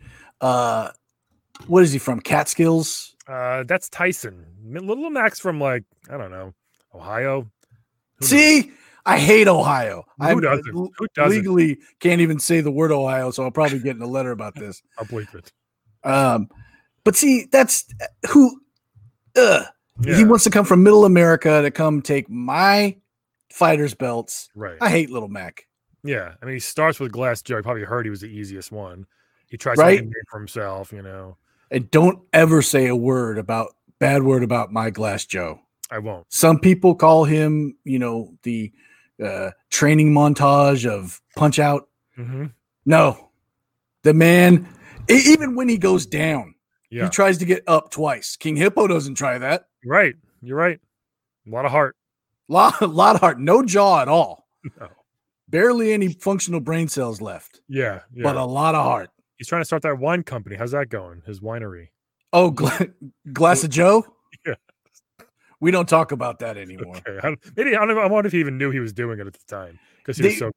S2: Uh, what is he from? Catskills.
S1: Uh, that's Tyson. M- Little Mac's from like I don't know Ohio. Who knows?
S2: See, I hate Ohio.
S1: Who
S2: I'm-
S1: doesn't?
S2: l-
S1: Who doesn't?
S2: legally can't even say the word Ohio, so I'll probably get in a letter about this.
S1: I'll bleep it.
S2: Um, but see, that's who. Uh, He
S1: Yeah,
S2: wants to come from Middle America to come take my fighters' belts.
S1: right.
S2: I hate Little Mac.
S1: yeah, I mean he starts with Glass Joe. You probably heard he was the easiest one. He tries
S2: Right?
S1: to make a name for himself. You know,
S2: And don't ever say a word about bad word about my Glass Joe.
S1: I won't.
S2: some people call him you know the uh, training montage of punch out
S1: Mm-hmm.
S2: no the man e- even when he goes down
S1: Yeah,
S2: he tries to get up twice king hippo doesn't try that
S1: you're right. You're right. A lot of heart.
S2: lot, lot of heart no jaw at all
S1: No.
S2: barely any functional brain cells left
S1: Yeah, yeah.
S2: but uh, a lot of heart
S1: He's trying to start that wine company. How's that going? His winery.
S2: oh gla- glass of joe
S1: Yeah.
S2: we don't talk about that anymore
S1: Okay. I don't- maybe I don't. know- I wonder if he even knew he was doing it at the time because he was
S2: They-
S1: so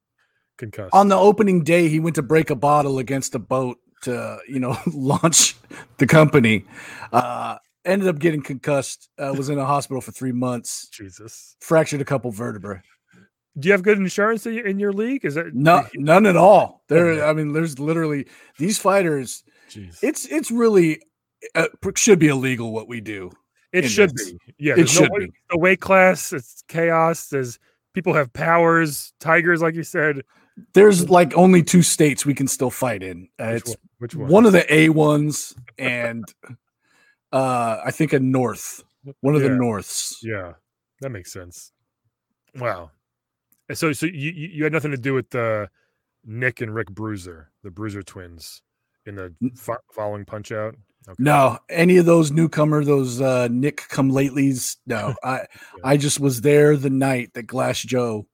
S1: concussed.
S2: on the opening day he went to break a bottle against a boat to you know launch the company uh ended up getting concussed uh, was in a hospital for three months
S1: Jesus.
S2: fractured a couple vertebrae
S1: Do you have good insurance in your, in your league? Is that
S2: no none at all there i mean there's literally these fighters
S1: Jeez.
S2: it's it's really uh, pr- should be illegal what we do
S1: It
S2: in
S1: should
S2: this.
S1: be. Yeah,
S2: It
S1: there's
S2: should
S1: no, weight-
S2: be.
S1: The weight class, it's chaos. There's people have powers, tigers, like you said.
S2: there's like only two states we can still fight in uh,
S1: Which
S2: it's
S1: one? Which one?
S2: one? of the a ones and uh i think a north one of the
S1: Yeah.
S2: norths
S1: Yeah, that makes sense. Wow. And So, so you you you had nothing to do with uh, Nick and Rick Bruiser, the Bruiser twins, in the
S2: N-
S1: fo- following punch out. Okay.
S2: No, any of those newcomer, those uh, Nick come latelys. No, I I just was there the night that Glass Joe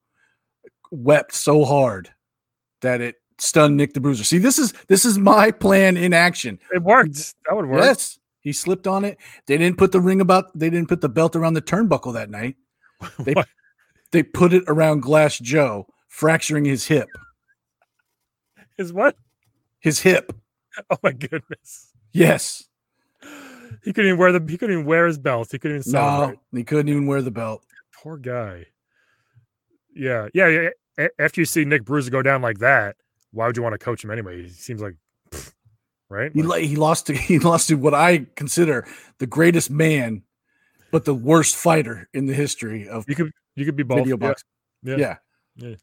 S2: wept so hard that it stunned Nick the Bruiser. See, this is this is my plan in action.
S1: it worked. That would work.
S2: Yes, he slipped on it. They didn't put the ring about. They didn't put the belt around the turnbuckle that night. They-
S1: What?
S2: They put it around Glass Joe, fracturing his hip.
S1: Is what?
S2: His hip.
S1: Oh my goodness.
S2: Yes.
S1: He couldn't even wear the. He couldn't even wear his belt. He couldn't even. Celebrate.
S2: No, he couldn't even wear the belt.
S1: Poor guy. Yeah, yeah, yeah. a- After you see Nick Bruiser go down like that, why would you want to coach him anyway? He seems like, pfft, right?
S2: He
S1: Like,
S2: lo- he lost to he lost to what I consider the greatest man, but the worst fighter in the history of
S1: you could you could be both.
S2: video
S1: Yeah,
S2: boxing.
S1: yeah.
S2: Yeah.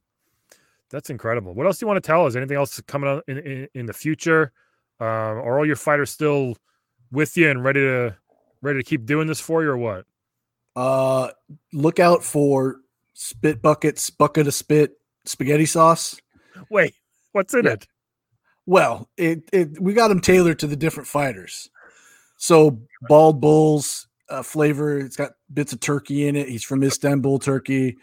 S1: that's incredible. What else do you want to tell us? Anything else coming on in, in, in the future? Um, are all your fighters still with you and ready to ready to keep doing this for you or what?
S2: Uh, look out for spit buckets, bucket of spit, spaghetti sauce.
S1: Wait, what's in
S2: Yeah.
S1: it?
S2: Well, it, it we got them tailored to the different fighters. So bald bulls uh, flavor. It's got bits of turkey in it. He's from Istanbul, Turkey.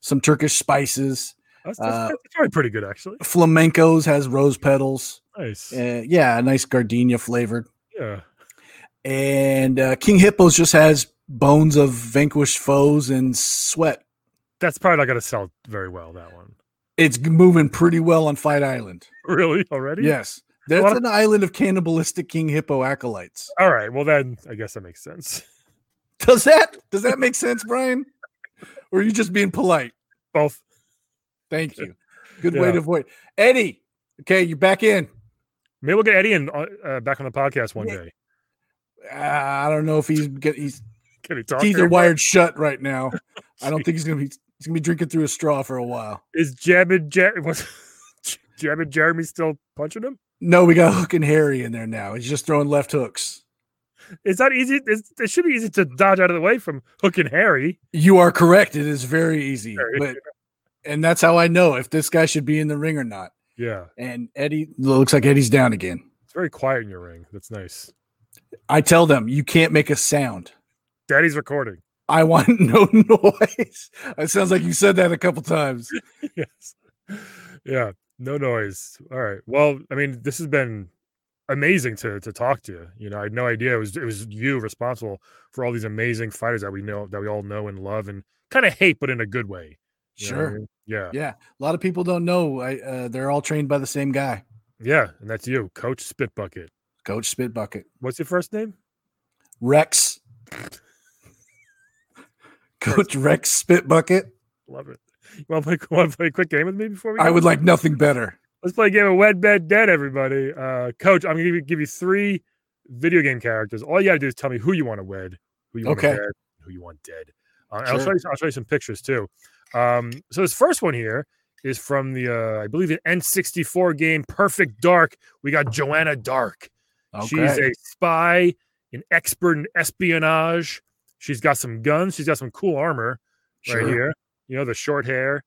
S2: Some Turkish spices.
S1: That's, that's,
S2: Uh,
S1: that's probably pretty good, actually.
S2: Flamencos has rose petals.
S1: Nice. Yeah.
S2: Uh, yeah, a nice gardenia flavored. And uh, King Hippos just has bones of vanquished foes and sweat.
S1: That's probably not going to sell very well, that one.
S2: It's moving pretty well on Fight Island.
S1: Really? Already?
S2: Yes.
S1: Well,
S2: That's an island of cannibalistic King Hippo acolytes.
S1: All right. Well, then I guess that makes sense.
S2: Does that does that make sense, Brian? Or are you just being polite?
S1: Both.
S2: Thank you. Good way
S1: Yeah.
S2: to avoid. Eddie, okay, you're back in.
S1: Maybe we'll get Eddie in, uh, uh, back on the podcast one
S2: Yeah.
S1: day.
S2: Uh, I don't know if he's get, he's
S1: Can he talk?
S2: teeth
S1: here?
S2: are wired shut right now. I don't think he's gonna be he's gonna be drinking through a straw for a while.
S1: Is Jeb and Jer- was Jeb and Jeremy still punching him?
S2: No, we got Hook and Harry in there now. He's just throwing left hooks.
S1: It's not easy. It's, it should be easy to dodge out of the way from Hook and Harry.
S2: You are correct. It is very easy,
S1: Very
S2: but and that's how I know if this guy should be in the ring or not.
S1: Yeah,
S2: And Eddie looks like Eddie's down again.
S1: it's very quiet in your ring. That's nice.
S2: I tell them you can't make a sound.
S1: Daddy's recording.
S2: I want no noise. It sounds like you said that a couple times.
S1: yes. Yeah. No noise. All right. Well, I mean, this has been amazing to to talk to you. You know, I had no idea it was it was you responsible for all these amazing fighters that we know that we all know and love and kind of hate, but in a good way. you know what I
S2: Sure.
S1: mean? Yeah.
S2: Yeah. A lot of people don't know. I, uh, they're all trained by the same guy,
S1: Yeah. And that's you, Coach Spitbucket.
S2: Coach Spitbucket,
S1: What's your first name?
S2: Rex. Coach Rex Spitbucket.
S1: Love it. You want to play? Want to play a quick game with me before we?
S2: I
S1: go?
S2: would like nothing better.
S1: Let's play a game of Wed Bed Dead, everybody. Uh, Coach, I'm gonna give you, give you three video game characters. All you gotta do is tell me who you want to wed, who you want
S2: Okay.
S1: to wed, who you want dead. Uh, and I'll show
S2: Sure.
S1: you. I'll show you some pictures too. Um, so this first one here is from the uh, I believe the N64 game Perfect Dark. We got Joanna Dark. She's
S2: Okay.
S1: a spy, an expert in espionage. She's got some guns. She's got some cool armor right here. You know, the short hair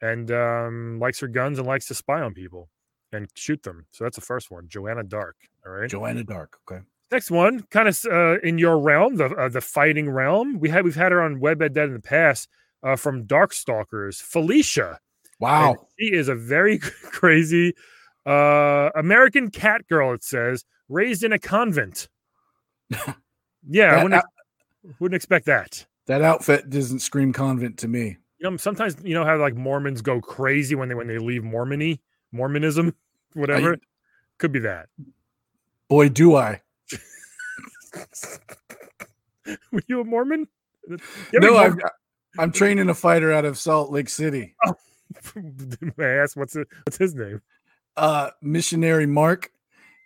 S1: and um, likes her guns and likes to spy on people and shoot them. So that's the first one, Joanna Dark. All right.
S2: Joanna Dark. Okay.
S1: Next one, kind of uh, in your realm, the uh, the fighting realm. We had we've had her on Web at Dead in the past uh, from Darkstalkers, Felicia.
S2: Wow.
S1: And She is a very crazy uh, American cat girl, it says, raised in a convent. yeah, I
S2: That- uh,
S1: wouldn't, ex- wouldn't expect that.
S2: That outfit doesn't scream convent to me.
S1: You know, sometimes you know how like Mormons go crazy when they when they leave Mormony, Mormonism, whatever. Could be that.
S2: Boy, do I.
S1: Were you a Mormon? You have any
S2: No, I'm,
S1: Mormon-
S2: I'm training a fighter out of Salt Lake City.
S1: May I asked what's it, what's his name?
S2: uh missionary mark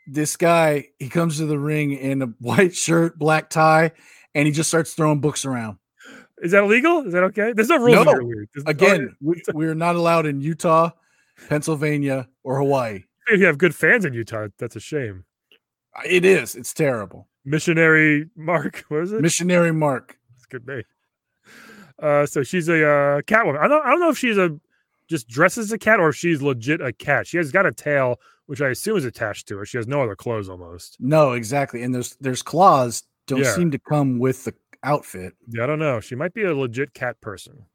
S2: this guy he comes to the ring in a white shirt black tie and he just starts throwing books around
S1: Is that illegal? Is that okay? There's no rules. in
S2: No.
S1: your league. There's- oh,
S2: again we, we're not allowed in utah pennsylvania or hawaii
S1: if you have good fans in Utah, that's a shame.
S2: it is it's terrible
S1: Missionary Mark, what is it?
S2: missionary mark
S1: It's good name. Uh, so she's a uh, Catwoman. I don't, I don't know if she's a just dresses as a cat or if she's legit a cat. She has got a tail, which I assume is attached to her. She has no other clothes almost.
S2: no exactly and there's there's claws don't
S1: Yeah.
S2: seem to come with the outfit
S1: Yeah, I don't know. She might be a legit cat person.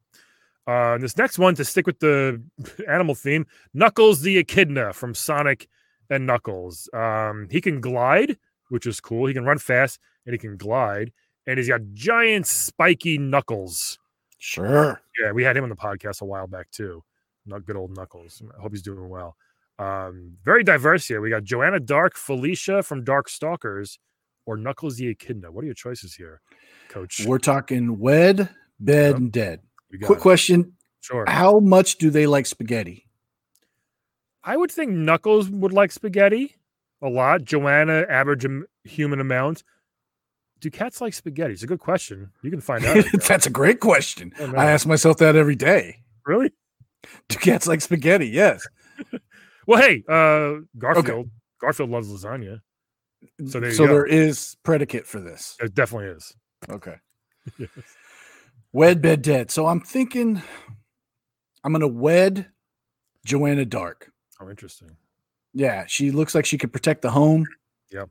S1: Uh, and this next one to stick with the animal theme, Knuckles the Echidna from Sonic and Knuckles. Um, he can glide, which is cool. He can run fast and he can glide, and he's got giant spiky knuckles.
S2: sure
S1: Yeah, we had him on the podcast a while back too. Not good old Knuckles. I hope he's doing well. Um, very diverse here. We got Joanna Dark, Felicia from Dark Stalkers, or Knuckles the Echidna. What are your choices here, Coach?
S2: we're talking wed bed and dead
S1: You got
S2: quick ah,
S1: it.
S2: question
S1: Sure.
S2: how much do they like spaghetti
S1: I would think Knuckles would like spaghetti a lot. Joanna, average am- human amount. Do cats like spaghetti? It's a good question. You can find out. I guess.
S2: That's a great question.
S1: Oh, no.
S2: I ask myself that every day.
S1: really?
S2: Do cats like spaghetti? Yes.
S1: Well, hey, uh, Garfield. Garfield loves lasagna. So there you go.
S2: there is predicate for this.
S1: It definitely is.
S2: Okay.
S1: Yes.
S2: Wed, bed, dead. So I'm thinking I'm going to wed Joanna Dark.
S1: Oh, interesting.
S2: Yeah, she looks like she could protect the home.
S1: Yep.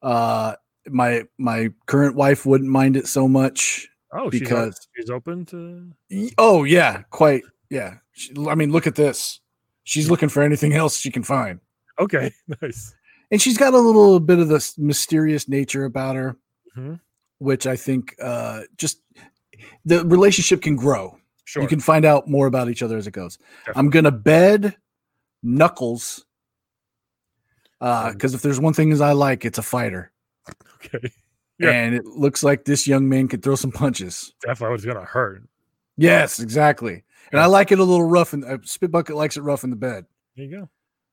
S2: Uh, my my current wife wouldn't mind it so much.
S1: Oh,
S2: Because-
S1: she's, o- she's open to.
S2: Y- Oh yeah, quite yeah. She, I mean, look at this. She's looking for anything else she can find,
S1: Okay, nice.
S2: and she's got a little bit of this mysterious nature about her,
S1: Mhm.
S2: which I think uh, just the relationship can grow.
S1: Sure.
S2: You can find out more about each other as it goes. I'm
S1: Definitely.
S2: gonna bed Knuckles. Uh,
S1: Um,
S2: because if there's one thing as I like, it's a fighter.
S1: okay. Yeah.
S2: And it looks like this young man could throw some punches.
S1: Definitely was gonna hurt.
S2: Yes, exactly. And I like it a little rough and uh, Spit Bucket likes it rough in the bed.
S1: There you go.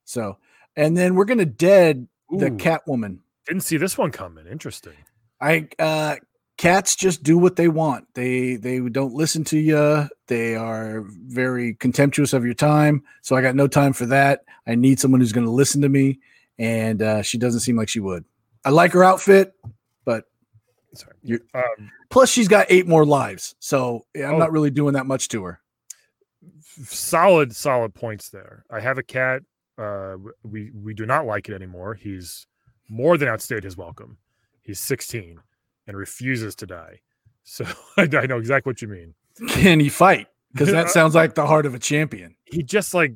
S2: So and then we're gonna dead the
S1: Ooh,
S2: catwoman.
S1: Didn't see this one coming. Interesting.
S2: I uh cats just do what they want. They they don't listen to you. They are very contemptuous of your time. So I got no time for that. I need someone who's going to listen to me and uh she doesn't seem like she would. I like her outfit.
S1: Sorry.
S2: You-
S1: Um,
S2: Plus she's got eight more lives. So eh, I'm
S1: Oh.
S2: not really doing that much to her.
S1: solid, solid points there. I have a cat. Uh, w- we we do not like it anymore. He's more than outstayed his welcome. He's 16 and refuses to die. So I, I know exactly what you mean.
S2: Can he fight? Cuz that
S1: Uh,
S2: sounds like the heart of a champion.
S1: he just like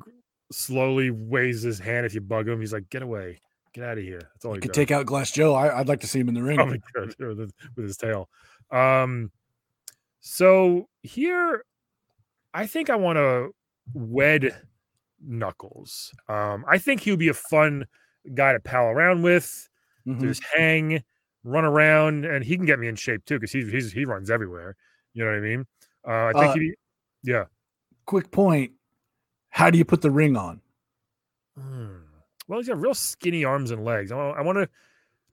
S1: slowly waves his hand if you bug him. He's like, get away, get out of here. That's all he,
S2: Could
S1: does.
S2: take out Glass Joe. I, I'd like to see him in the ring.
S1: Probably could with his- with his tail. Um, so here, I think I want to wed Knuckles. Um, I think he would be a fun guy to pal around with
S2: Mhm.
S1: to just hang, run around, and he can get me in shape too because he's, he's he runs everywhere. You know what I mean? Uh, I think
S2: Uh,
S1: he'd be, yeah.
S2: Quick point. How do you put the ring on?
S1: Hmm. Well, he's got real skinny arms and legs. I, want to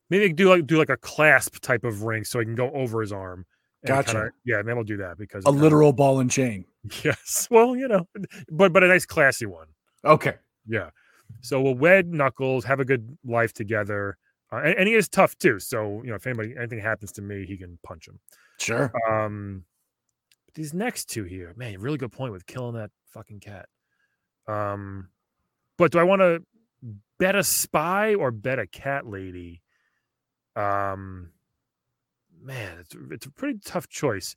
S1: maybe do like do like a clasp type of ring so I can go over his arm. and
S2: Gotcha.
S1: kinda- yeah, maybe I'll do that because
S2: A
S1: it kinda-
S2: literal ball and chain.
S1: yes. Well, you know, but but a nice classy one.
S2: Okay.
S1: Yeah. So we'll wed Knuckles, have a good life together, uh, and, and he is tough too. So you know, if anybody anything happens to me, he can punch him.
S2: Sure.
S1: Um, but these next two here, man, really good point with killing that fucking cat. Um, but do I want to bet a spy or bet a cat lady? Um, man, it's it's a pretty tough choice.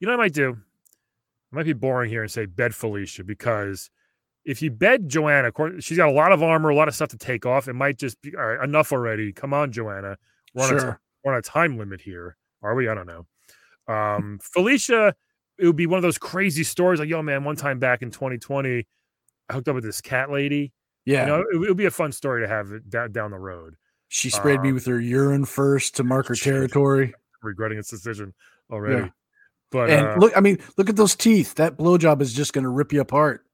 S1: You know what I might do? It might be boring here and say bed Felicia because if you bed Joanna, according- she's got a lot of armor, a lot of stuff to take off. It might just be all right. Enough already. Come on, Joanna. We're on a
S2: Sure.
S1: we're on a time limit here, are we? I don't know.
S2: Hmm.
S1: Um, Felicia, it would be one of those crazy stories like, yo, man, one time back in 2020, I hooked up with this cat lady.
S2: Yeah.
S1: You know, it, would be a fun story to have it da- down the road.
S2: She sprayed me
S1: Um,
S2: with her urine first to mark her territory.
S1: Regretting its decision already. But
S2: and
S1: uh,
S2: look, I mean, look at those teeth. That blowjob is just going to rip you apart.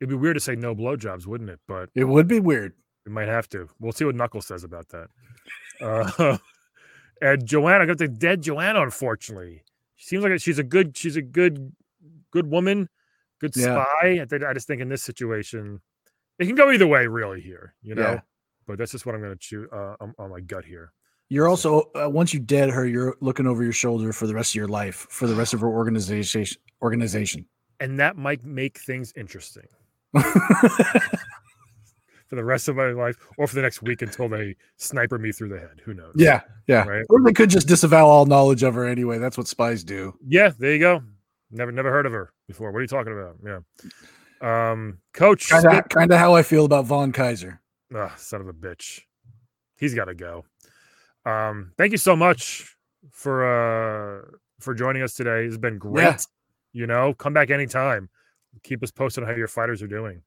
S1: it'd be weird to say no blowjobs, wouldn't it? But
S2: It would be weird.
S1: we might have to. We'll see what Knuckles says about that. Uh, and Joanna, I got the dead Joanna. Unfortunately, she seems like she's a good, she's a good, good woman, good
S2: Yeah.
S1: spy. I, think, I just think in this situation, it can go either way, really. Here, you know.
S2: Yeah.
S1: But that's just what I'm going to choose uh, on, on my gut here.
S2: You're also uh, once you dead her, you're looking over your shoulder for the rest of your life, for the rest of her organization. Organization.
S1: and that might make things interesting for the rest of my life, or for the next week until they sniper me through the head. Who knows?
S2: yeah, yeah.
S1: Right.
S2: Or they could just disavow all knowledge of her anyway. That's what spies do.
S1: Yeah, there you go. Never never heard of her before. What are you talking about? Yeah. Um coach
S2: Kind
S1: Spit-
S2: of, kind of how I feel about Von Kaiser.
S1: Ah, son of a bitch. He's gotta go. Um, thank you so much for uh for joining us today. It's been great.
S2: Yeah.
S1: You know, come back anytime. Keep us posted on how your fighters are doing.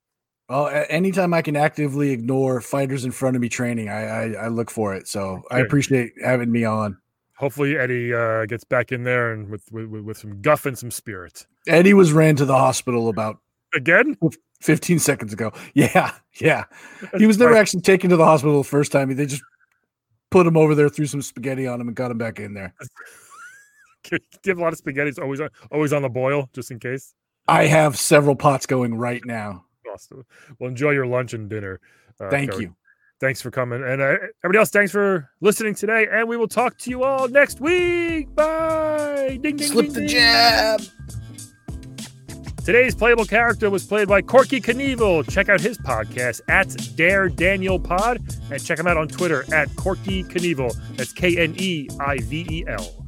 S2: Well, Oh, a- anytime I can actively ignore fighters in front of me training, I I, I look for it. So I
S1: Good.
S2: appreciate having me on.
S1: Hopefully Eddie uh gets back in there and with with, with with some guff and some spirit.
S2: Eddie was ran to the hospital about
S1: Again?
S2: 15 seconds ago. Yeah, yeah. He was never
S1: Right.
S2: actually taken to the hospital the first time. They just put him over there, threw some spaghetti on him, and got him back in there.
S1: Do you have a lot of spaghetti? It's always on always on the boil, just in case.
S2: I have several pots going right now.
S1: Awesome. Well, enjoy your lunch and dinner. Uh,
S2: Thank
S1: Coach.
S2: you.
S1: Thanks for coming. And uh, everybody else, thanks for listening today. And we will talk to you all next week. Bye. Ding, ding,
S5: Slip
S1: ding,
S5: the
S1: ding.
S5: jab.
S1: Today's playable character was played by Corky Knievel. Check out his podcast at Dare Daniel Pod and check him out on Twitter at Corky Knievel. That's K N E I V E L.